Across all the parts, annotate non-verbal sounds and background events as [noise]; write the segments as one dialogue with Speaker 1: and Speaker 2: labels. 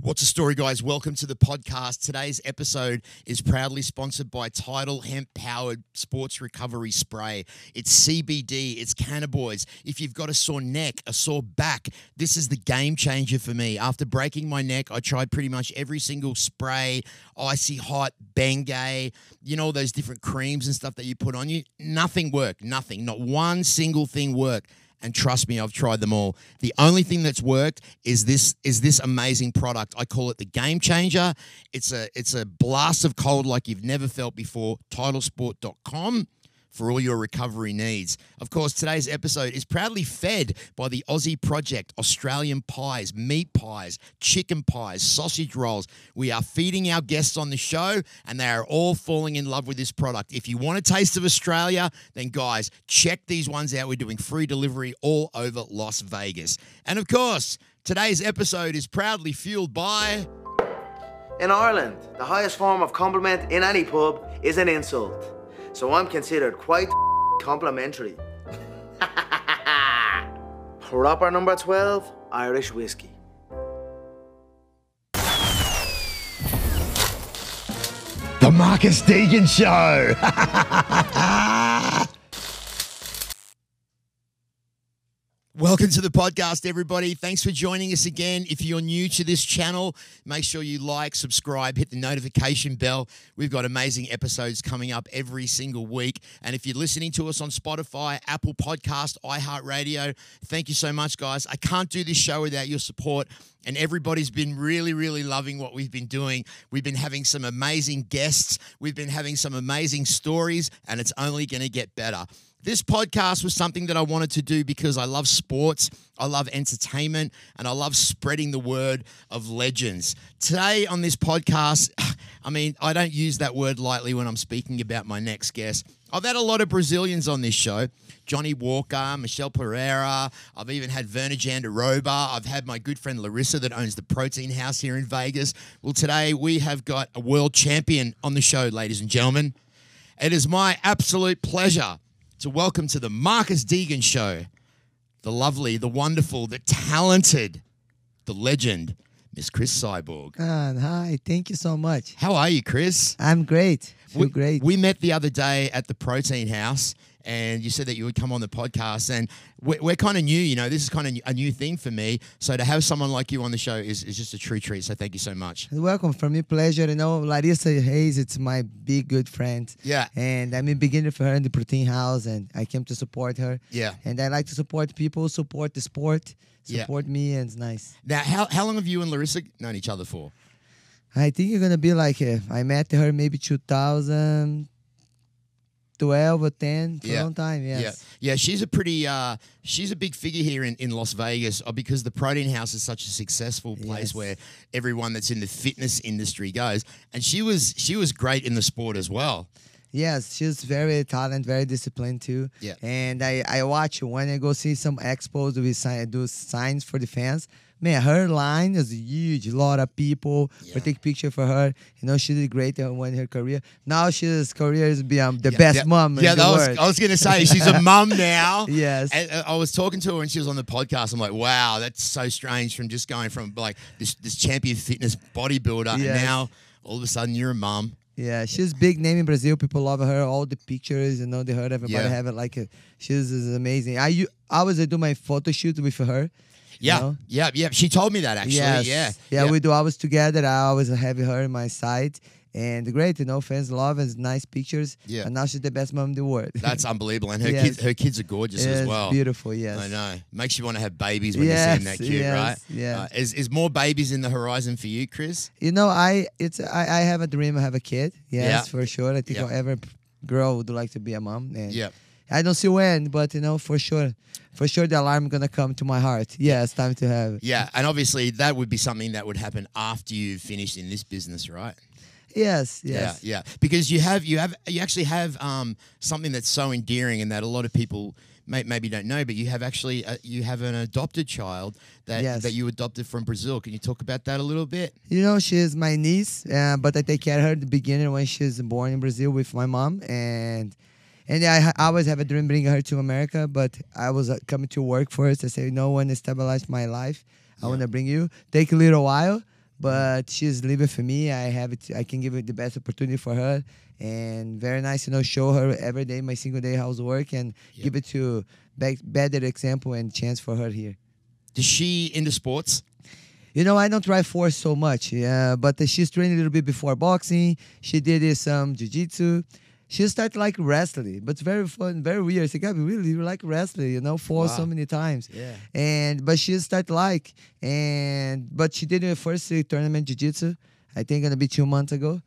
Speaker 1: What's the story, guys? Welcome to the podcast. Today's episode is proudly sponsored by Tidal Hemp Powered Sports Recovery Spray. It's CBD, it's cannabinoids. If you've got a sore neck, a sore back, this is the game changer for me. After breaking my neck, I tried pretty much every single spray, icy hot, Bengay, you know, all those different creams and stuff that you put on you. Nothing worked, nothing, not one single thing worked and trust me i've tried them all the only thing that's worked is this is this amazing product i call it the game changer it's a it's a blast of cold like you've never felt before titlesport.com for all your recovery needs. Of course, today's episode is proudly fed by the Aussie Project, Australian pies, meat pies, chicken pies, sausage rolls. We are feeding our guests on the show and they are all falling in love with this product. If you want a taste of Australia, then guys, check these ones out. We're doing free delivery all over Las Vegas. And of course, today's episode is proudly fueled by
Speaker 2: In Ireland, the highest form of compliment in any pub is an insult. So I'm considered quite [laughs] complimentary. [laughs] Proper number 12, Irish whiskey.
Speaker 1: The Marcus Deegan Show. Welcome to the podcast, everybody. Thanks for joining us again. If you're new to this channel, make sure you like, subscribe, hit the notification bell. We've got amazing episodes coming up every single week. And if you're listening to us on Spotify, Apple Podcast, iHeartRadio, thank you so much, guys. I can't do this show without your support. And everybody's been really, really loving what we've been doing. We've been having some amazing guests, we've been having some amazing stories, and it's only going to get better this podcast was something that I wanted to do because I love sports, I love entertainment, and I love spreading the word of legends. Today on this podcast, [sighs] I mean, I don't use that word lightly when I'm speaking about my next guest. I've had a lot of Brazilians on this show Johnny Walker, Michelle Pereira. I've even had Verna Jandaroba. I've had my good friend Larissa that owns the Protein House here in Vegas. Well, today we have got a world champion on the show, ladies and gentlemen. It is my absolute pleasure to welcome to the Marcus Deegan Show the lovely, the wonderful, the talented, the legend, Miss Chris Cyborg.
Speaker 3: Ah, hi, thank you so much.
Speaker 1: How are you, Chris?
Speaker 3: I'm great. Feel
Speaker 1: we,
Speaker 3: great.
Speaker 1: We met the other day at the Protein House, and you said that you would come on the podcast. And we're, we're kind of new, you know. This is kind of a new thing for me. So to have someone like you on the show is, is just a true treat. So thank you so much.
Speaker 3: Welcome. For me, pleasure. You know, Larissa Hayes, it's my big good friend.
Speaker 1: Yeah.
Speaker 3: And I'm a beginner for her in the Protein House, and I came to support her.
Speaker 1: Yeah.
Speaker 3: And I like to support people, support the sport,
Speaker 1: Yeah.
Speaker 3: support me, and it's nice.
Speaker 1: Now, how, how long have you and Larissa known each other for?
Speaker 3: I think you're gonna be like, uh, I met her maybe 2012 or 10, for
Speaker 1: Yeah.
Speaker 3: a long time, yes.
Speaker 1: Yeah, yeah. She's a pretty, uh, she's a big figure here in, in Las Vegas uh, because the Protein House is such a successful place
Speaker 3: Yes.
Speaker 1: where everyone that's in the fitness industry goes. And she was she was great in the sport as well.
Speaker 3: Yes, she's very talented, very disciplined too.
Speaker 1: Yeah.
Speaker 3: And I, I watch when I go see some expos, we sign, do signs for the fans. Man, her line is huge. A lot of people
Speaker 1: Yeah.
Speaker 3: will take picture for her. You know, she did great uh, when her career. Now she's career is beyond the best
Speaker 1: yeah,
Speaker 3: mom
Speaker 1: Yeah,
Speaker 3: in the
Speaker 1: that
Speaker 3: world.
Speaker 1: was, I was gonna say she's a mum now.
Speaker 3: [laughs] Yes.
Speaker 1: And, uh, I was talking to her when she was on the podcast. I'm like, wow, that's so strange from just going from like this this champion fitness bodybuilder, and
Speaker 3: Yes.
Speaker 1: now all of a sudden you're a mum.
Speaker 3: Yeah, she's big name in Brazil. People love her. All the pictures, you know, they heard everybody
Speaker 1: Yeah.
Speaker 3: have it. Like, uh, she's is amazing. I you, I always do my photo shoot with her. you
Speaker 1: Yeah,
Speaker 3: know?
Speaker 1: yeah, yeah. She told me that actually.
Speaker 3: Yes.
Speaker 1: Yeah,
Speaker 3: yeah. we do always together. I always have her in my side. And great, you know, fans love and nice pictures.
Speaker 1: Yeah.
Speaker 3: And now she's the best mom in the world.
Speaker 1: That's unbelievable, and her
Speaker 3: Yes.
Speaker 1: kids, her kids are gorgeous
Speaker 3: [laughs] Yes,
Speaker 1: as well.
Speaker 3: beautiful, yes.
Speaker 1: I know. Makes you want to have babies when you're seeing that
Speaker 3: Yes,
Speaker 1: cute,
Speaker 3: yes,
Speaker 1: right?
Speaker 3: yes.
Speaker 1: Uh, is is more babies in the horizon for you, Chris?
Speaker 3: You know, I it's I, I have a dream I have a kid. Yes,
Speaker 1: Yeah.
Speaker 3: for sure. I think
Speaker 1: Yeah.
Speaker 3: every girl would like to be a mom. And
Speaker 1: Yeah.
Speaker 3: I don't see when, but you know, for sure. For sure the alarm gonna come to my heart. Yeah, it's time to have. it.
Speaker 1: Yeah, and obviously that would be something that would happen after you finished in this business, right?
Speaker 3: Yes, yes.
Speaker 1: Yeah, yeah. Because you have you have you actually have um, something that's so endearing and that a lot of people may, maybe don't know, but you have actually uh, you have an adopted child that
Speaker 3: Yes.
Speaker 1: that you adopted from Brazil. Can you talk about that a little bit?
Speaker 3: You know, she is my niece, uh, but I take care of her at the beginning when she's born in Brazil with my mom. And and I, ha- I always have a dream bringing her to America, but I was uh, coming to work first. I say, no, when I stabilize my life, I want to bring you. Take a little while, But she's living for me. I have it. I can give it the best opportunity for her, and very nice. You know, show her every day my single day how's work, and
Speaker 1: Yep.
Speaker 3: give it to back, better example and chance for her here.
Speaker 1: Is she into sports?
Speaker 3: You know, I don't try force so much, yeah, but uh, she's trained a little bit before boxing. She did uh, some jiu-jitsu. She started like wrestling, but it's very fun, very weird. She got really you like wrestling, you know, for so
Speaker 1: Wow.
Speaker 3: many times.
Speaker 1: Yeah.
Speaker 3: And but she started like and but she did her first uh, tournament jiu-jitsu. I think gonna be two months ago,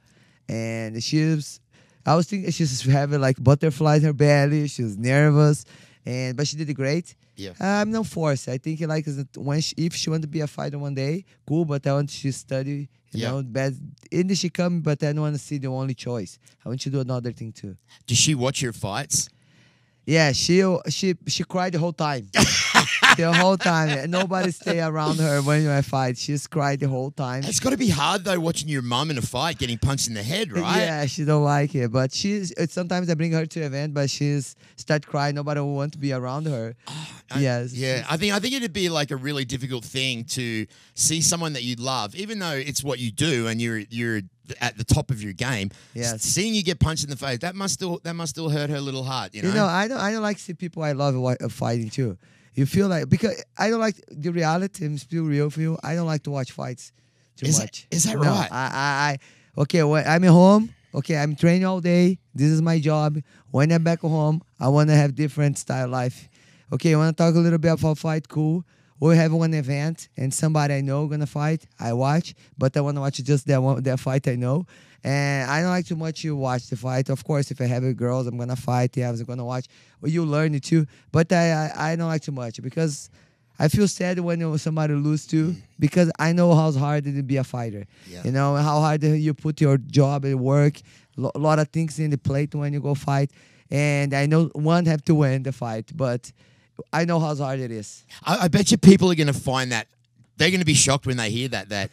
Speaker 3: and she's. I was thinking she's having like butterflies in her belly. She was nervous, and but she did great.
Speaker 1: Yeah.
Speaker 3: I'm no Ah, force. I think like is that when she, if she want to be a fighter one day, cool. But I want she study, you
Speaker 1: Yeah.
Speaker 3: know, best. In the she come, but I don't want to see the only choice. I want you to do another thing too.
Speaker 1: Does she watch your fights?
Speaker 3: Yeah, she she she cried the
Speaker 1: [laughs]
Speaker 3: whole time. the whole time. Nobody stay around her when I fight. She's cried the whole time.
Speaker 1: It's got to be hard though, watching your mum in a fight getting punched in the head, right?
Speaker 3: [laughs] Yeah, she don't like it, but she's. It's, sometimes I bring her to event, but she's start crying. Nobody want to be around her.
Speaker 1: I-
Speaker 3: yes.
Speaker 1: Yeah, I think I think it'd be like a really difficult thing to see someone that you love, even though it's what you do and you're you're at the top of your game.
Speaker 3: Yes.
Speaker 1: s- Seeing you get punched in the face, that must still that must still hurt her little heart, you know.
Speaker 3: You know, I don't. I don't like see people I love wa- uh, fighting too. You feel like because I don't like the reality. I'm still real for you. I don't like to watch fights too
Speaker 1: Is that-
Speaker 3: much.
Speaker 1: is that
Speaker 3: No,
Speaker 1: right?
Speaker 3: I, I, I okay. Well, I'm at home. Okay, I'm training all day. This is my job. When I'm back home, I want to have different style of life. Okay, you want to talk a little bit about fight? Cool. We have one event and somebody I know gonna fight. I watch, but I want to watch just that one, that fight I know. And I don't like too much you watch the fight. Of course, if I have a girls, I'm gonna fight. Yeah, I was gonna watch. Well, you learn it too. But I, I I don't like too much because I feel sad when you- somebody lose too because I know how hard it is to be a fighter.
Speaker 1: Yeah.
Speaker 3: You know how hard you put your job and work, a lot of things in the plate when you go fight. And I know one have to win the fight, but I know how hard it is.
Speaker 1: I, I bet you people are going to find that they're going to be shocked when they hear that that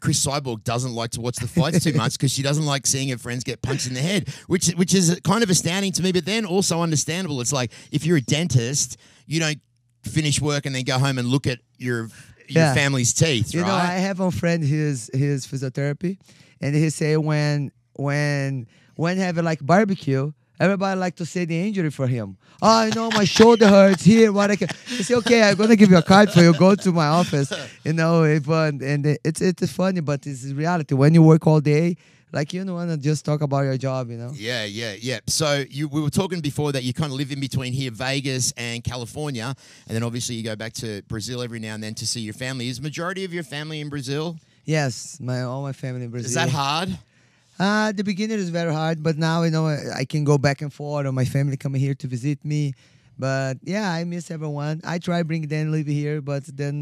Speaker 1: Chris Cyborg doesn't like to watch the fights too much because she doesn't like seeing her friends get punched in the head, which which is kind of astounding to me. But then also understandable. It's like if you're a dentist, you don't finish work and then go home and look at your your
Speaker 3: Yeah.
Speaker 1: family's teeth,
Speaker 3: You know, I
Speaker 1: right?
Speaker 3: have a friend his his physiotherapy, and he say when when when have like barbecue, everybody like to say the injury for him. Oh, I know my shoulder hurts here. What I can? I say okay, I'm gonna give you a card for you. Go to my office. You know, if uh, and it's it's funny, but it's reality. When you work all day, like you don't wanna just talk about your job. You know.
Speaker 1: yeah, yeah, yeah. So you, we were talking before that you kind of live in between here, Vegas and California, and then obviously you go back to Brazil every now and then to see your family. Is majority of your family in Brazil?
Speaker 3: Yes, my all my family in Brazil.
Speaker 1: Is that hard?
Speaker 3: Uh, the beginning is very hard, but now you know I I can go back and forth, or my family come here to visit me. But yeah, I miss everyone. I try bring them live here, but then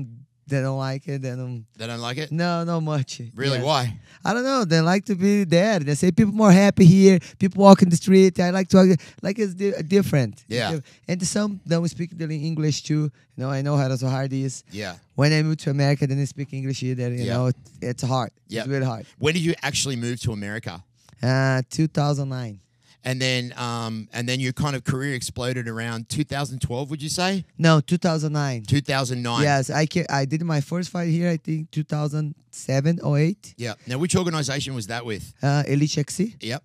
Speaker 3: they don't like it. Then um,
Speaker 1: They don't like it.
Speaker 3: no, not much.
Speaker 1: [laughs] Really?
Speaker 3: Yes.
Speaker 1: Why?
Speaker 3: I don't know. They like to be there. They say people more happy here. People walk in the street. I like to like it's di- different.
Speaker 1: Yeah.
Speaker 3: It's di- And some don't speak the English too. You know, I know how so hard it is.
Speaker 1: Yeah.
Speaker 3: When I moved to America, didn't speak English either. You
Speaker 1: Yeah.
Speaker 3: know, it, it's hard.
Speaker 1: Yeah.
Speaker 3: It's really hard.
Speaker 1: When did you actually move to America?
Speaker 3: Uh, 2009.
Speaker 1: And then, um, and then your kind of career exploded around 2012. Would you say
Speaker 3: No, 2009.
Speaker 1: 2009?
Speaker 3: Yes, I ca- I did my first fight here. I think 2007 or 8.
Speaker 1: Yeah. Now, which organization was that with?
Speaker 3: oh Uh, Elite XC.
Speaker 1: Yep.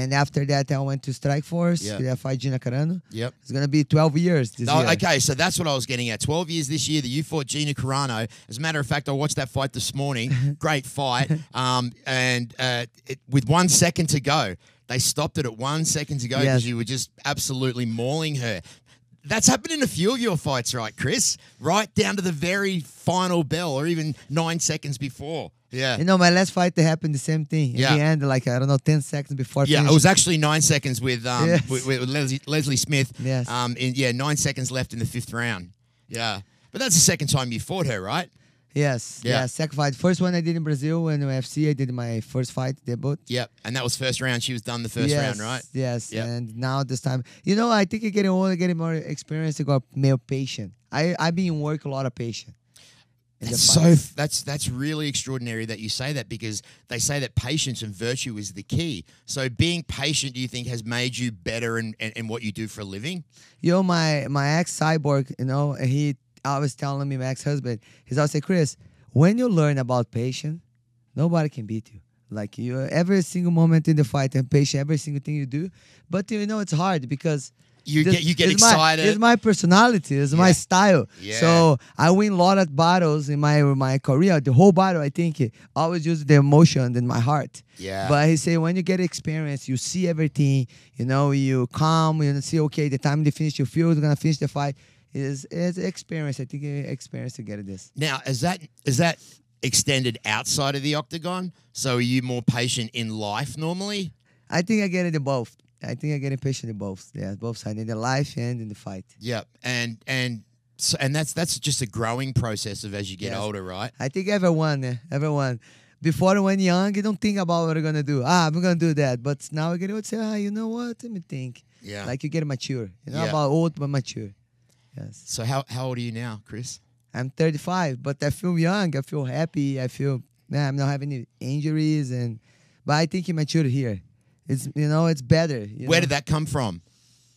Speaker 3: and after that I went to Strike Force.
Speaker 1: Yeah.
Speaker 3: I fight Gina Carano.
Speaker 1: Yep.
Speaker 3: It's gonna be 12 years this
Speaker 1: Oh,
Speaker 3: year.
Speaker 1: okay, so that's what I was getting at. 12 years this year that you fought Gina Carano. As a matter of fact, I watched that fight this morning. Great fight. Um, and uh, it, with one second to go, they stopped it at one second to go because
Speaker 3: Yes.
Speaker 1: you were just absolutely mauling her. That's happened in a few of your fights, right, Chris? Right down to the very final bell or even nine seconds before. Yeah.
Speaker 3: You know, my last fight they happened the same thing. In
Speaker 1: Yeah.
Speaker 3: the end, like I don't know, 10 seconds before.
Speaker 1: Yeah,
Speaker 3: finish.
Speaker 1: it was actually nine seconds with um
Speaker 3: Yes.
Speaker 1: with, with Leslie, Leslie Smith.
Speaker 3: Yes.
Speaker 1: Um, in, yeah, nine seconds left in the fifth round. Yeah, but that's the second time you fought her, right?
Speaker 3: Yes.
Speaker 1: Yeah.
Speaker 3: Yeah. Second fight. First one I did in Brazil in UFC. I did my first fight debut.
Speaker 1: Yep. And that was first round. She was done the first
Speaker 3: yes,
Speaker 1: round, right?
Speaker 3: Yes.
Speaker 1: Yeah.
Speaker 3: And now this time, you know, I think you're getting older, getting more experience. You got more patient. I I've been work a lot of patient. in the
Speaker 1: That's
Speaker 3: fight.
Speaker 1: so. That's that's really extraordinary that you say that because they say that patience and virtue is the key. So being patient, do you think, has made you better in, in, in what you do for a living?
Speaker 3: you know my my ex cyborg you know he always telling me my ex-husband he's always say chris when you learn about patience Nobody can beat you. Like you, every single moment in the fight and patient, every single thing you do. But you know it's hard because
Speaker 1: You
Speaker 3: this-
Speaker 1: get you get
Speaker 3: it's my-
Speaker 1: excited.
Speaker 3: it's my personality. It's
Speaker 1: Yeah.
Speaker 3: my style.
Speaker 1: Yeah.
Speaker 3: So I win a lot of battles in my my career. The whole battle, I think, I always use the emotion in my heart.
Speaker 1: Yeah.
Speaker 3: But he say when you get experience, you see everything. You know, you calm. You see, okay, the time they finish, you feel they're gonna finish the fight. Is is experience. I think uh, experience to get this.
Speaker 1: now is that is that extended outside of the octagon? So are you more patient in life normally?
Speaker 3: I think I get it in both. I think I get impatient in both. Yeah, both sides in the life and in the fight.
Speaker 1: Yep. And and so, and that's that's just a growing process of as you get
Speaker 3: Yes.
Speaker 1: older, right?
Speaker 3: I think everyone, eh, everyone. Before when young, you don't think about what you're gonna do. Ah, I'm gonna do that. But now I get to say, ah, you know what? Let me think.
Speaker 1: Yeah.
Speaker 3: Like you get mature. You know
Speaker 1: Yeah.
Speaker 3: about old but mature. Yes.
Speaker 1: so how how old are you now, Chris?
Speaker 3: I'm 35, but I feel young. I feel happy. I feel nah, I'm not having any injuries, and but I think it matured here. It's you know it's better. you
Speaker 1: Where
Speaker 3: know?
Speaker 1: did that come from?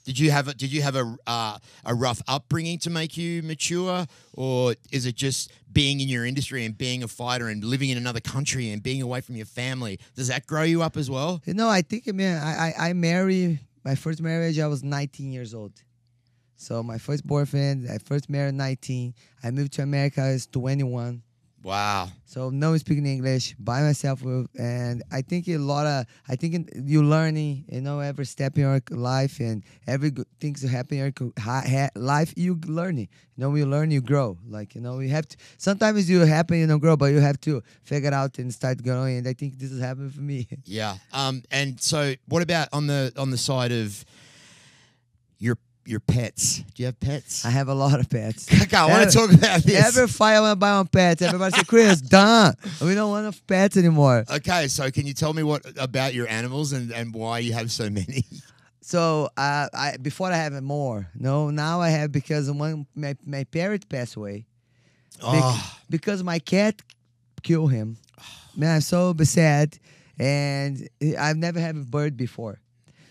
Speaker 1: Did you have a, did you have a uh, a rough upbringing to make you mature, or is it just being in your industry and being a fighter and living in another country and being away from your family? Does that grow you up as well?
Speaker 3: You know, I think, man, I, I, I married my first marriage, I was 19 years old. So my first boyfriend, I first married 19. I moved to America, I was 21.
Speaker 1: Wow.
Speaker 3: So no speaking English by myself, with, and I think a lot of I think in- you learning, you know, every step in your life and every good things that happen in your co- ha- ha- life, you learning. You know, you learn, you grow. Like you know, you have to. Sometimes you happen, you don't grow, but you have to figure out and start growing. And I think this is happening for me. [laughs]
Speaker 1: Yeah. Um. And so, what about on the on the side of your your pets? Do you have pets?
Speaker 3: I have a lot of pets.
Speaker 1: Kaka, [laughs] I want
Speaker 3: Every-
Speaker 1: to talk about this.
Speaker 3: Every fight I want to buy on pets. Everybody say,
Speaker 1: [laughs]
Speaker 3: Chris, done. We don't want pets anymore.
Speaker 1: Okay, so can you tell me what about your animals and, and why you have so
Speaker 3: [laughs]
Speaker 1: many?
Speaker 3: So uh, I before I have more. No, now I have because one my, my parrot passed away. Bec-
Speaker 1: Oh,
Speaker 3: Because my cat killed him. Man, I'm so sad. And I've never had a bird before.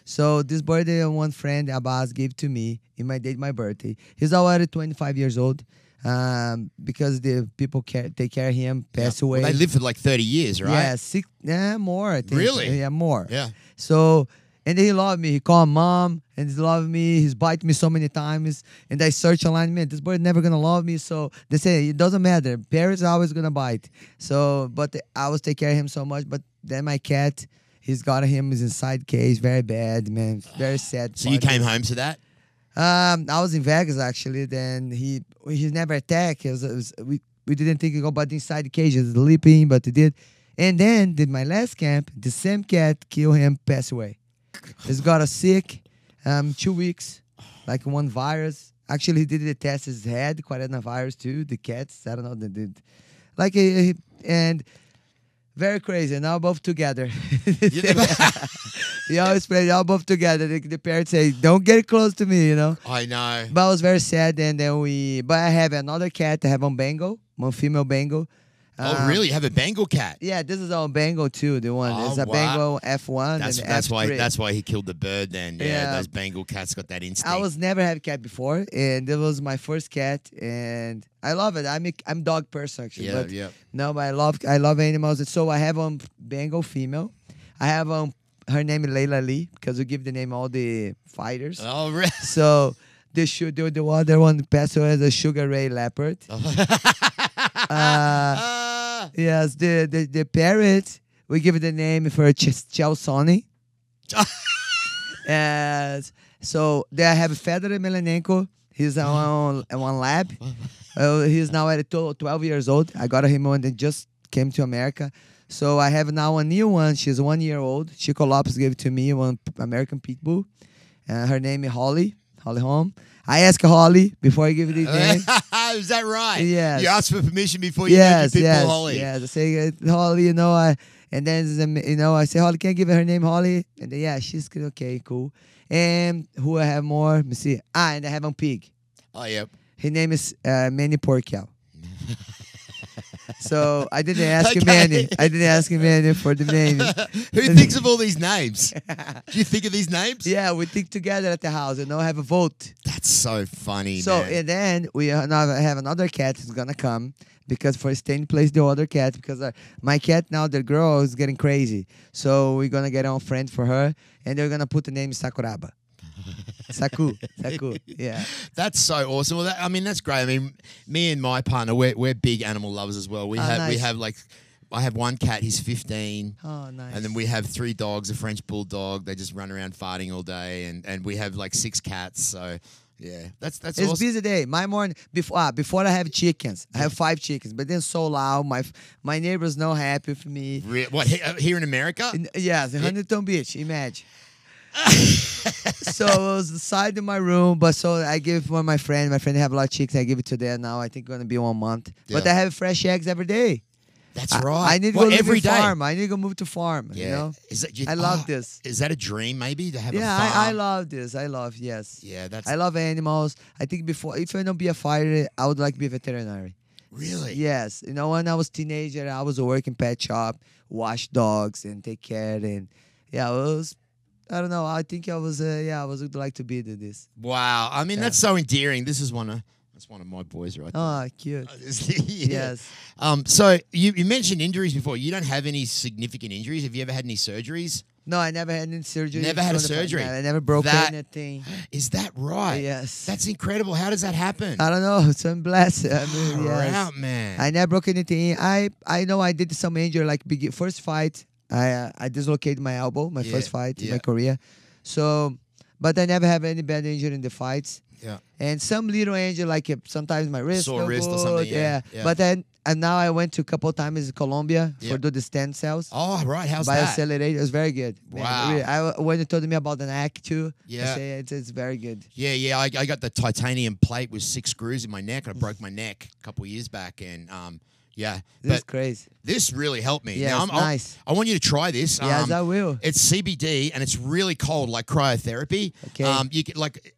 Speaker 3: So this bird that one friend Abbas gave to me in my date my birthday. He's already 25 years old. Um, because the people care take care of him, passed
Speaker 1: Yeah. Well,
Speaker 3: away.
Speaker 1: they live for like 30 years, right?
Speaker 3: Yeah, six, yeah, more. I think.
Speaker 1: Really?
Speaker 3: Yeah, more.
Speaker 1: Yeah.
Speaker 3: So, and he loved me. He called mom and he loved me. He's bite me so many times. And I search online, man, this bird never gonna love me. So they say it doesn't matter. Parrots are always gonna bite. So, but I was take care of him so much. But then my cat, he's got him. He's inside cage, very bad, man. Very sad.
Speaker 1: So you
Speaker 3: part.
Speaker 1: came home to
Speaker 3: [laughs]
Speaker 1: that?
Speaker 3: Um, I was in Vegas actually. Then he he never attacked. It was, it was- we we didn't think it go, but inside the cage, it was leaping, but he did. And then did my last camp. The same cat kill him, pass away. He's got a sick, um, two weeks, like one virus. Actually, he did the test his head, coronavirus too. The cats, I don't know, they did, like he, he- and very crazy. Now both together. [laughs] You always play all both together. The, the parents say, "Don't get close to me," you know.
Speaker 1: [laughs] I know.
Speaker 3: But I was very sad, and then we. But I have another cat. I have on Bengal, one female Bengal.
Speaker 1: oh,
Speaker 3: Um,
Speaker 1: really? You have a Bengal cat?
Speaker 3: Yeah, this is on Bengal too. The one
Speaker 1: Oh,
Speaker 3: it's a
Speaker 1: wow.
Speaker 3: Bengal F one.
Speaker 1: That's
Speaker 3: and
Speaker 1: that's why
Speaker 3: F3.
Speaker 1: that's why he killed the bird then. Yeah,
Speaker 3: Yeah.
Speaker 1: those Bengal cats got that instinct.
Speaker 3: I was never had a cat before, and this was my first cat, and I love it. I'm a, I'm dog person actually.
Speaker 1: yeah,
Speaker 3: but
Speaker 1: yeah.
Speaker 3: No, but I love I love animals. And So I have um Bengal female. I have um her name is Leila Lee because we give the name all the fighters.
Speaker 1: Oh, [laughs] really?
Speaker 3: So the su- the, the other one passed away as a Sugar Ray Leopard. [laughs] Uh,
Speaker 1: [laughs] Ah,
Speaker 3: yes, the, the the parrot we give it the name for Ch- Chelsoni. Yes. So they have Fedor Melanenko. He's on on one lab. Uh, he's now at tw- 12 years old. I got him when they just came to America. So I have now a new one. She's one year old. Chico Lopez gave it to me, one p- American pit bull. Uh, her name is Holly, Holly Holm. I asked Holly before I give
Speaker 1: [laughs]
Speaker 3: it the name.
Speaker 1: is that right?
Speaker 3: Yes.
Speaker 1: You asked for permission before you named
Speaker 3: yes,
Speaker 1: your
Speaker 3: yes,
Speaker 1: pitbull Holly.
Speaker 3: yes. I say uh, Holly, you know, I and then there's a m- you know I say Holly, can I give her name Holly? And then, yeah, she's good. Okay, cool. And who I have more? Let me see. Ah, and I have a pig.
Speaker 1: Oh, yeah.
Speaker 3: His name is uh, Manny Porcal. so
Speaker 1: [laughs]
Speaker 3: I didn't ask him
Speaker 1: Okay.
Speaker 3: Manny. I didn't ask him Manny for the [laughs] name.
Speaker 1: [laughs] Who thinks of all these
Speaker 3: [laughs]
Speaker 1: names? Do you think of these names?
Speaker 3: yeah, we think together at the house and now have a vote.
Speaker 1: That's so funny.
Speaker 3: So
Speaker 1: man.
Speaker 3: and then we another, have another cat who's gonna come. because for Stain plays the other cat because uh, my cat now the girl is getting crazy. So we're gonna get on friend for her and they're gonna put the
Speaker 1: [laughs]
Speaker 3: name Sakuraba. Saku, Saku, yeah.
Speaker 1: That's so awesome. Well, that, I mean, that's great. I mean, me and my partner, we're, we're big animal lovers as well. We
Speaker 3: Oh,
Speaker 1: have we
Speaker 3: nice.
Speaker 1: have like, I have one cat. He's fifteen.
Speaker 3: Oh, nice.
Speaker 1: And then we have three dogs, a French bulldog. They just run around farting all day, and, and we have like six cats. So, yeah, that's that's
Speaker 3: It's
Speaker 1: awesome.
Speaker 3: busy day. My morning before ah, before I have chickens. I have five chickens, but they're so loud. My f- my neighbors not happy with me.
Speaker 1: Re- what he- uh, here in America?
Speaker 3: And, yes, Huntington
Speaker 1: [laughs]
Speaker 3: Beach. Imagine. so it was the side of my room, but so I give one of my friend. My friend have a lot of chickens. I give it to them now. I think gonna be one month. But
Speaker 1: Yeah.
Speaker 3: I have fresh eggs every day.
Speaker 1: that's
Speaker 3: I-
Speaker 1: right.
Speaker 3: I, need to
Speaker 1: What,
Speaker 3: go live
Speaker 1: every
Speaker 3: in
Speaker 1: day?
Speaker 3: farm. I need to go move to farm.
Speaker 1: Yeah.
Speaker 3: You know.
Speaker 1: Is that, you-
Speaker 3: I love
Speaker 1: oh,
Speaker 3: this.
Speaker 1: Is that a dream? Maybe to have
Speaker 3: Yeah,
Speaker 1: a farm.
Speaker 3: I, I love this. I love yes.
Speaker 1: Yeah, that's
Speaker 3: I love animals. I think before, if I don't be a fighter, I would like to be a veterinary.
Speaker 1: really.
Speaker 3: Yes, you know, when I was teenager, I was working pet shop, wash dogs and take care, and yeah, it was. I don't know. I think I was. Uh, yeah, I was would like to be do this.
Speaker 1: Wow. I mean,
Speaker 3: Yeah.
Speaker 1: that's so endearing. This is one of that's one of my boys right [laughs] there.
Speaker 3: Oh, cute.
Speaker 1: Yeah.
Speaker 3: Yes.
Speaker 1: Um, so you, you mentioned injuries before. You don't have any significant injuries. Have you ever had any surgeries?
Speaker 3: No, I never had any surgery.
Speaker 1: Never had a
Speaker 3: It's wonderful.
Speaker 1: surgery.
Speaker 3: No, I never broke
Speaker 1: That-
Speaker 3: anything.
Speaker 1: Is that right?
Speaker 3: Yes.
Speaker 1: That's incredible. How does that happen?
Speaker 3: I don't know. [laughs] Some bless. I mean,
Speaker 1: Far
Speaker 3: yes.
Speaker 1: out, man.
Speaker 3: I never broke anything. I I know I did some injury like big, first fight. I uh, I dislocated my elbow, my
Speaker 1: Yeah,
Speaker 3: first fight in
Speaker 1: yeah.
Speaker 3: my career. So, but I never have any bad injury in the fights.
Speaker 1: yeah.
Speaker 3: And some little injury like uh, sometimes my wrist,
Speaker 1: Sore
Speaker 3: no
Speaker 1: wrist or
Speaker 3: good,
Speaker 1: something, yeah, yeah.
Speaker 3: But then and now I went to a couple times in Colombia
Speaker 1: Yeah.
Speaker 3: for do the stem cells.
Speaker 1: Oh, right. How's that?
Speaker 3: Bioaccelerator It was very good. man.
Speaker 1: Wow.
Speaker 3: Really, I, when you told me about the neck too,
Speaker 1: Yeah.
Speaker 3: I say it's, it's very good.
Speaker 1: Yeah, yeah. I, I got the titanium plate with six screws in my neck, and I broke my neck a couple of years back. And um, yeah,
Speaker 3: This is
Speaker 1: but
Speaker 3: crazy.
Speaker 1: this really helped me.
Speaker 3: Yeah,
Speaker 1: Now,
Speaker 3: it's
Speaker 1: I'm- I'll-
Speaker 3: nice.
Speaker 1: I want you to try this.
Speaker 3: yes,
Speaker 1: um,
Speaker 3: I will.
Speaker 1: It's CBD and it's really cold, like cryotherapy.
Speaker 3: Okay.
Speaker 1: Um, you can, like,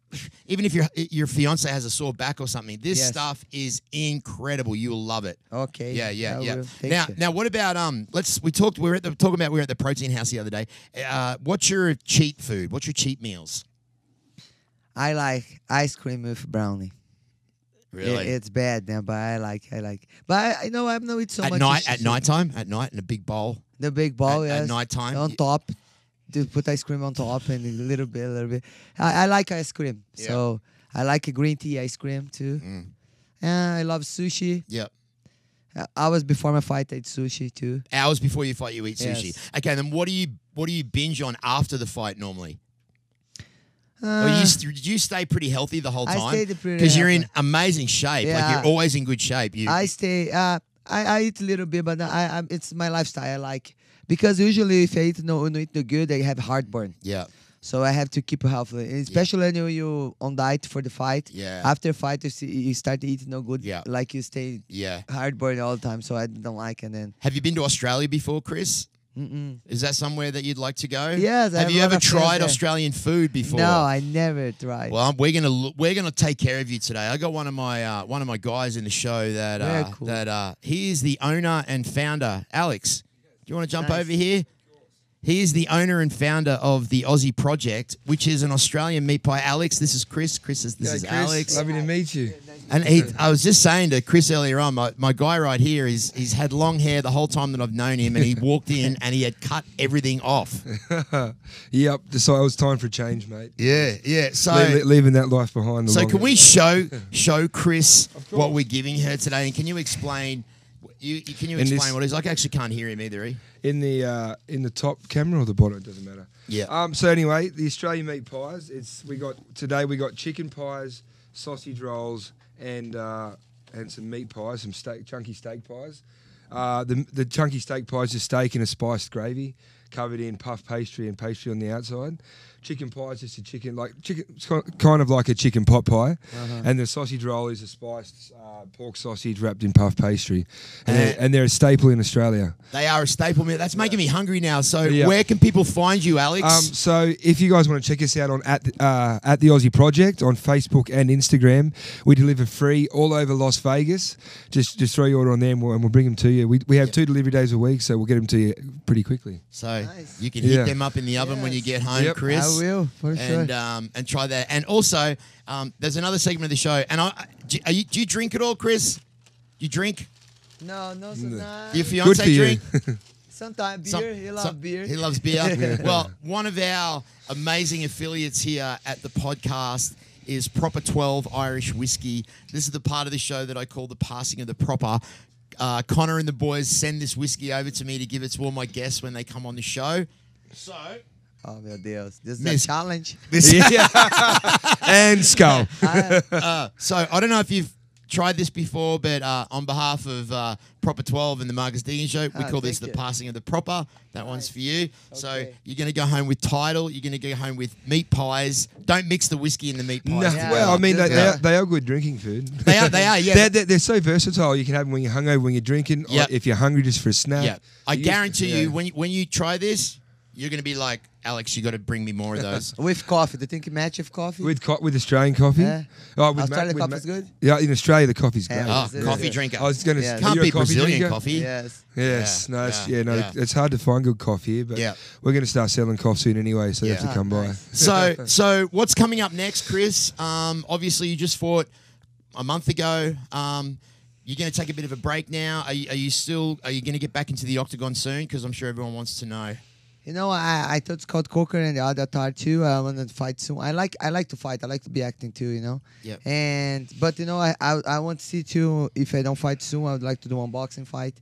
Speaker 1: even if your your fiance has a sore back or something, this
Speaker 3: Yes.
Speaker 1: stuff is incredible. You will love it.
Speaker 3: Okay.
Speaker 1: Yeah, yeah,
Speaker 3: I
Speaker 1: yeah.
Speaker 3: will. Thank
Speaker 1: Now,
Speaker 3: you.
Speaker 1: now, what about um? Let's we talked. We were at the talking about we were at the protein house the other day. Uh, what's your cheat food? What's your cheat meals?
Speaker 3: I like ice cream with brownie. It- it's bad now, but I like, I like. But I, I know I'm not eat so
Speaker 1: at
Speaker 3: much.
Speaker 1: night,
Speaker 3: sushi.
Speaker 1: at nighttime, at night in a big bowl.
Speaker 3: the big ball,
Speaker 1: at-
Speaker 3: yes.
Speaker 1: at nighttime,
Speaker 3: on
Speaker 1: y-
Speaker 3: top, to put ice cream on top and a little bit, a little bit. I, I like ice cream,
Speaker 1: Yeah. Mm.
Speaker 3: so I like a green tea ice cream too. And I love sushi.
Speaker 1: Yep.
Speaker 3: Uh, Hours before my fight, I ate sushi too.
Speaker 1: Hours before you fight, you eat sushi.
Speaker 3: Yes.
Speaker 1: Okay, then what do you what do you binge on after the fight normally? Or
Speaker 3: Uh,
Speaker 1: Oh, you st- did you stay pretty healthy the whole
Speaker 3: I
Speaker 1: time?
Speaker 3: stayed pretty
Speaker 1: because you're in
Speaker 3: healthy.
Speaker 1: amazing shape. Like
Speaker 3: Yeah.
Speaker 1: you're always in good shape. You
Speaker 3: I stay. Uh, I, I eat a little bit, but I, I it's my lifestyle. I like because usually if I eat no, no eat no good, I have heartburn.
Speaker 1: yeah.
Speaker 3: So I have to keep healthy, and especially when you on diet for the fight.
Speaker 1: Yeah.
Speaker 3: After fight, you, see, you start eating no good.
Speaker 1: Yeah.
Speaker 3: Like you stay
Speaker 1: Yeah.
Speaker 3: heartburn all the time, so I don't like. And then
Speaker 1: Have you been to Australia before, Chris? Mm-mm. Is that somewhere that you'd like to go?
Speaker 3: Yes, I
Speaker 1: Have
Speaker 3: have
Speaker 1: you
Speaker 3: a lot
Speaker 1: ever
Speaker 3: of friends
Speaker 1: tried
Speaker 3: there.
Speaker 1: Australian food before?
Speaker 3: no, I never tried.
Speaker 1: Well, I'm- we're gonna l- we're gonna take care of you today. I got one of my uh, one of my guys in the show that uh,
Speaker 3: Very cool.
Speaker 1: that uh, he is the owner and founder. Alex, do you want to jump
Speaker 3: Nice.
Speaker 1: over here? He is the owner and founder of the Aussie Project, which is an Australian meat pie. Alex, this is Chris. Chris is this
Speaker 4: Hey,
Speaker 1: is
Speaker 4: Chris,
Speaker 1: Alex.
Speaker 4: Lovely to meet you.
Speaker 1: And he, I was just saying to Chris earlier on, my, my guy right here is he's had long hair the whole time that I've known him, and [laughs] he walked in and he had cut everything off.
Speaker 4: Yep, so it was time for a change, mate.
Speaker 1: Yeah, yeah. So
Speaker 4: Le- le- leaving that life behind. The
Speaker 1: So
Speaker 4: long
Speaker 1: can we
Speaker 4: end.
Speaker 1: show show Chris
Speaker 4: course.
Speaker 1: what we're giving her today, and can you explain? You, you can you
Speaker 4: In
Speaker 1: explain
Speaker 4: this-
Speaker 1: what it is? I actually can't hear him either. eh?
Speaker 4: in the uh, in the top camera or the bottom? It doesn't matter.
Speaker 1: Yeah.
Speaker 4: Um. So anyway, the Australian meat pies. It's we got today. We got chicken pies, sausage rolls, and uh, and some meat pies, some steak, chunky steak pies. Uh, the the chunky steak pies is steak in a spiced gravy, covered in puff pastry and pastry on the outside. Chicken pie is just a chicken like chicken, it's ki- kind of like a chicken pot pie, and the sausage roll is a spiced uh, pork sausage wrapped in puff pastry, and, they're, and they're a staple in Australia.
Speaker 1: They are a staple meal. That's making me hungry now. So
Speaker 4: Yeah.
Speaker 1: where can people find you, Alex?
Speaker 4: Um, so if you guys want to check us out on at the, uh, at the Aussie Project on Facebook and Instagram, we deliver free all over Las Vegas. Just just throw your order on there and we'll, and we'll bring them to you. We, we have two delivery days a week, so we'll get them to you pretty quickly.
Speaker 1: so
Speaker 3: Nice.
Speaker 1: you can
Speaker 4: Yeah.
Speaker 1: heat them up in the oven when you get home,
Speaker 4: Yep.
Speaker 1: Chris.
Speaker 3: I will for
Speaker 1: And
Speaker 3: sure.
Speaker 1: um, and try that. And also, um, there's another segment of the show. And I, do, are you, do you drink at all, Chris? You drink?
Speaker 3: No, no, so
Speaker 4: No.
Speaker 3: nah.
Speaker 1: Your fiance
Speaker 4: Good for you. [laughs]
Speaker 1: drink?
Speaker 3: Sometimes beer.
Speaker 1: Some-
Speaker 3: he loves
Speaker 1: some-
Speaker 3: beer.
Speaker 1: He loves beer. well, one of our amazing affiliates here at the podcast is Proper 12 Irish Whiskey. This is the part of the show that I call the passing of the proper. Uh, Connor and the boys send this whiskey over to me to give it to all my guests when they come on the show. So,
Speaker 3: oh meu Deus, this is
Speaker 1: Miss- [laughs]
Speaker 3: a challenge.
Speaker 4: [laughs]
Speaker 1: this, [laughs]
Speaker 4: and skull.
Speaker 1: so I don't know if you've tried this before, but uh, on behalf of uh, Proper 12 and the Marcus Dean Show, we
Speaker 3: Ah,
Speaker 1: call this
Speaker 3: thank
Speaker 1: the
Speaker 3: you.
Speaker 1: passing of the proper. That one's for you. So
Speaker 3: Okay.
Speaker 1: you're going to go home with title. You're going to go home with meat pies. Don't mix the whiskey and the meat
Speaker 4: No,
Speaker 1: pies.
Speaker 3: Yeah.
Speaker 4: well, I mean, they, they,
Speaker 3: Yeah.
Speaker 4: are, they are good drinking food.
Speaker 1: They are- they are, yeah.
Speaker 4: They're, they're, they're so versatile. You can have them when you're hungover, when you're drinking, or
Speaker 1: Yep.
Speaker 4: if you're hungry just for a snack.
Speaker 1: Yeah. I
Speaker 4: uh, You-
Speaker 1: guarantee
Speaker 4: yeah.
Speaker 1: you, when, when you try this, you're going to be like, Alex, you got to bring me
Speaker 4: [laughs]
Speaker 1: more of those.
Speaker 3: With coffee, do you think it match with coffee?
Speaker 4: With co- with Australian coffee,
Speaker 3: Yeah.
Speaker 4: oh, with
Speaker 3: Australian
Speaker 4: with
Speaker 3: coffee's good?
Speaker 4: Yeah, in Australia the coffee's
Speaker 3: Yeah,
Speaker 4: great.
Speaker 1: Ah,
Speaker 3: Is it-
Speaker 1: coffee
Speaker 3: yeah.
Speaker 1: drinker.
Speaker 4: I was going to.
Speaker 3: Yeah.
Speaker 4: say
Speaker 1: Can't
Speaker 4: you're a
Speaker 1: be
Speaker 4: coffee
Speaker 1: Brazilian
Speaker 4: drinker?
Speaker 1: coffee.
Speaker 3: yes.
Speaker 4: Yes,
Speaker 1: Yeah,
Speaker 4: no, it's,
Speaker 1: yeah,
Speaker 4: yeah, no,
Speaker 1: yeah.
Speaker 4: it's hard to find good coffee here, but
Speaker 1: Yeah.
Speaker 4: we're going to start selling coffee soon anyway, so you
Speaker 1: Yeah.
Speaker 4: have to come
Speaker 3: Ah,
Speaker 4: by.
Speaker 3: nice. [laughs]
Speaker 1: So, so what's coming up next, Chris? Um, obviously, you just fought a month ago. Um, you're going to take a bit of a break now. Are you, are you still? Are you going to get back into the octagon soon? Because I'm sure everyone wants to know.
Speaker 3: You know, I, I thought Scott Coker and the other tar too. I want to fight soon. I like I like to fight. I like to be acting too. You know.
Speaker 1: Yep.
Speaker 3: And but you know, I, I I want to see too. If I don't fight soon, I would like to do one boxing fight,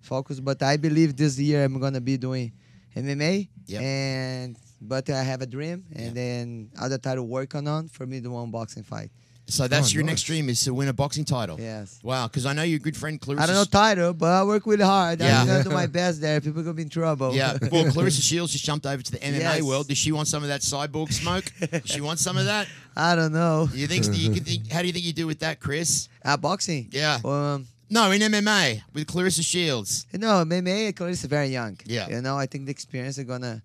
Speaker 3: focus. But I believe this year I'm gonna be doing MMA.
Speaker 1: Yep.
Speaker 3: And but I have a dream, and
Speaker 1: Yeah.
Speaker 3: then other title working on for me do one boxing fight.
Speaker 1: So that's
Speaker 4: Oh,
Speaker 1: your
Speaker 4: nice.
Speaker 1: next dream is to win a boxing title.
Speaker 3: Yes.
Speaker 1: Wow. Because I know your good friend Clarissa.
Speaker 3: I don't know title, but I work really hard.
Speaker 1: Yeah.
Speaker 3: I'm gonna do my [laughs] best there. People gonna be in trouble.
Speaker 1: yeah. Well, Clarissa Shields just jumped over to the MMA
Speaker 3: Yes.
Speaker 1: world. Does she want some of that cyborg smoke? Does she want some of that?
Speaker 3: [laughs] I don't know.
Speaker 1: Do you think? Do you think how do you think you do with that, Chris?
Speaker 3: Uh, boxing.
Speaker 1: Yeah.
Speaker 3: Um.
Speaker 1: No, in MMA with Clarissa Shields.
Speaker 3: You know, MMA, Clarissa is very young.
Speaker 1: Yeah. Mm.
Speaker 3: You know, I think the experience is gonna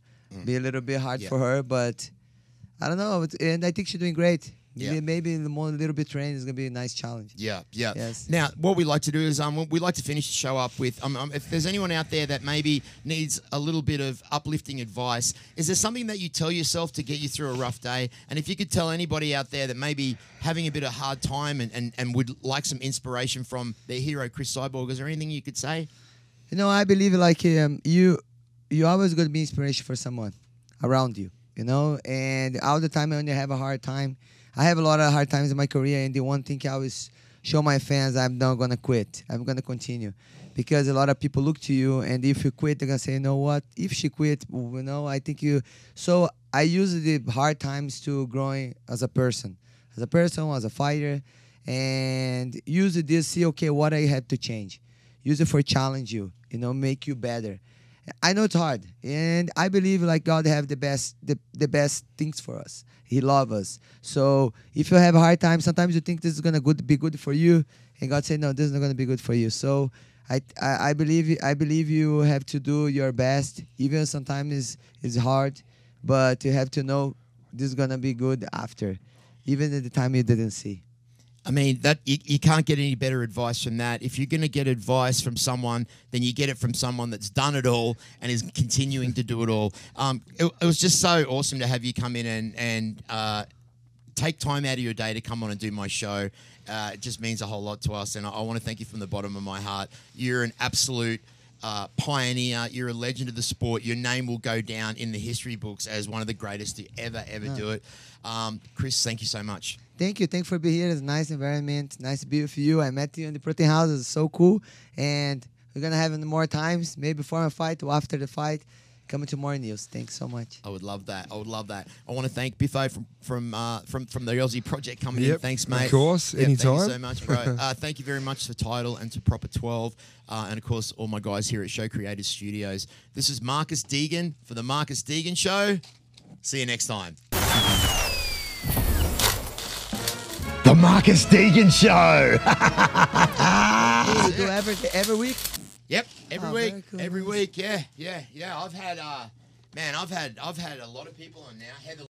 Speaker 3: be a little bit hard
Speaker 1: Yeah.
Speaker 3: for her, but I don't know. it's- And I think she's doing great.
Speaker 1: Yeah.
Speaker 3: May- Maybe the more little bit training is gonna be a nice challenge.
Speaker 1: Yeah, yeah.
Speaker 3: Yes.
Speaker 1: Now, what we like to do is um, we like to finish the show up with um, um, if there's anyone out there that maybe needs a little bit of uplifting advice, is there something that you tell yourself to get you through a rough day? And if you could tell anybody out there that maybe having a bit of hard time and, and, and would like some inspiration from their hero, Chris Cyborg, is there anything you could say?
Speaker 3: You know, I believe like um, you, you always gonna be inspiration for someone around you. You know, and all the time when you have a hard time, I have a lot of hard times in my career, and the one thing I always show my fans, I'm not gonna quit. I'm gonna continue, because a lot of people look to you, and if you quit, they're gonna say, you know what? If she quit, you know, I think you. So I use the hard times to growing as a person, as a person, as a fighter, and use this see okay what I had to change use it for challenge you you know make you better i know it's hard and i believe like god have the best the, the best things for us he love us so if you have a hard time sometimes you think this is gonna good be good for you and god say no this is not gonna be good for you so I, I, I believe I believe you have to do your best even sometimes it's, it's hard but you have to know this is gonna be good after even at the time you didn't see
Speaker 1: I mean that you, you can't get any better advice from that. If you're going to get advice from someone, then you get it from someone that's done it all and is continuing to do it all. Um, it, it was just so awesome to have you come in and and uh, take time out of your day to come on and do my show. Uh, it just means a whole lot to us, and I, I want to thank you from the bottom of my heart. You're an absolute. Uh, pioneer, you're a legend of the sport. Your name will go down in the history books as one of the greatest to ever, ever do it. Um, Chris, thank you so much.
Speaker 3: Thank you. Thank you for being here. It's a nice environment. Nice to be with you. I met you in the protein house. It's so cool. And we're gonna have it more times, maybe before my fight or after the fight. Coming to more news. Thanks so much.
Speaker 1: I would love that. I would love that. I want to thank Biffo from from uh, from from the Aussie Project coming in.
Speaker 4: Yep,
Speaker 1: Thanks,
Speaker 4: of
Speaker 1: mate.
Speaker 4: course,
Speaker 1: Thank
Speaker 4: anytime.
Speaker 1: you so much, bro.
Speaker 4: [laughs]
Speaker 1: uh, thank you very much to Title and to Proper Twelve, uh, and of course all my guys here at Show Creators Studios. This is Marcus Deegan for the Marcus Deegan Show. See you next time. The Marcus Deegan Show.
Speaker 3: We do every every week.
Speaker 1: Yep, every
Speaker 3: Oh, very
Speaker 1: week,
Speaker 3: cool,
Speaker 1: every
Speaker 3: nice.
Speaker 1: week. Yeah, yeah, yeah. I've had, uh, man, I've had, I've had a lot of people on now. Heather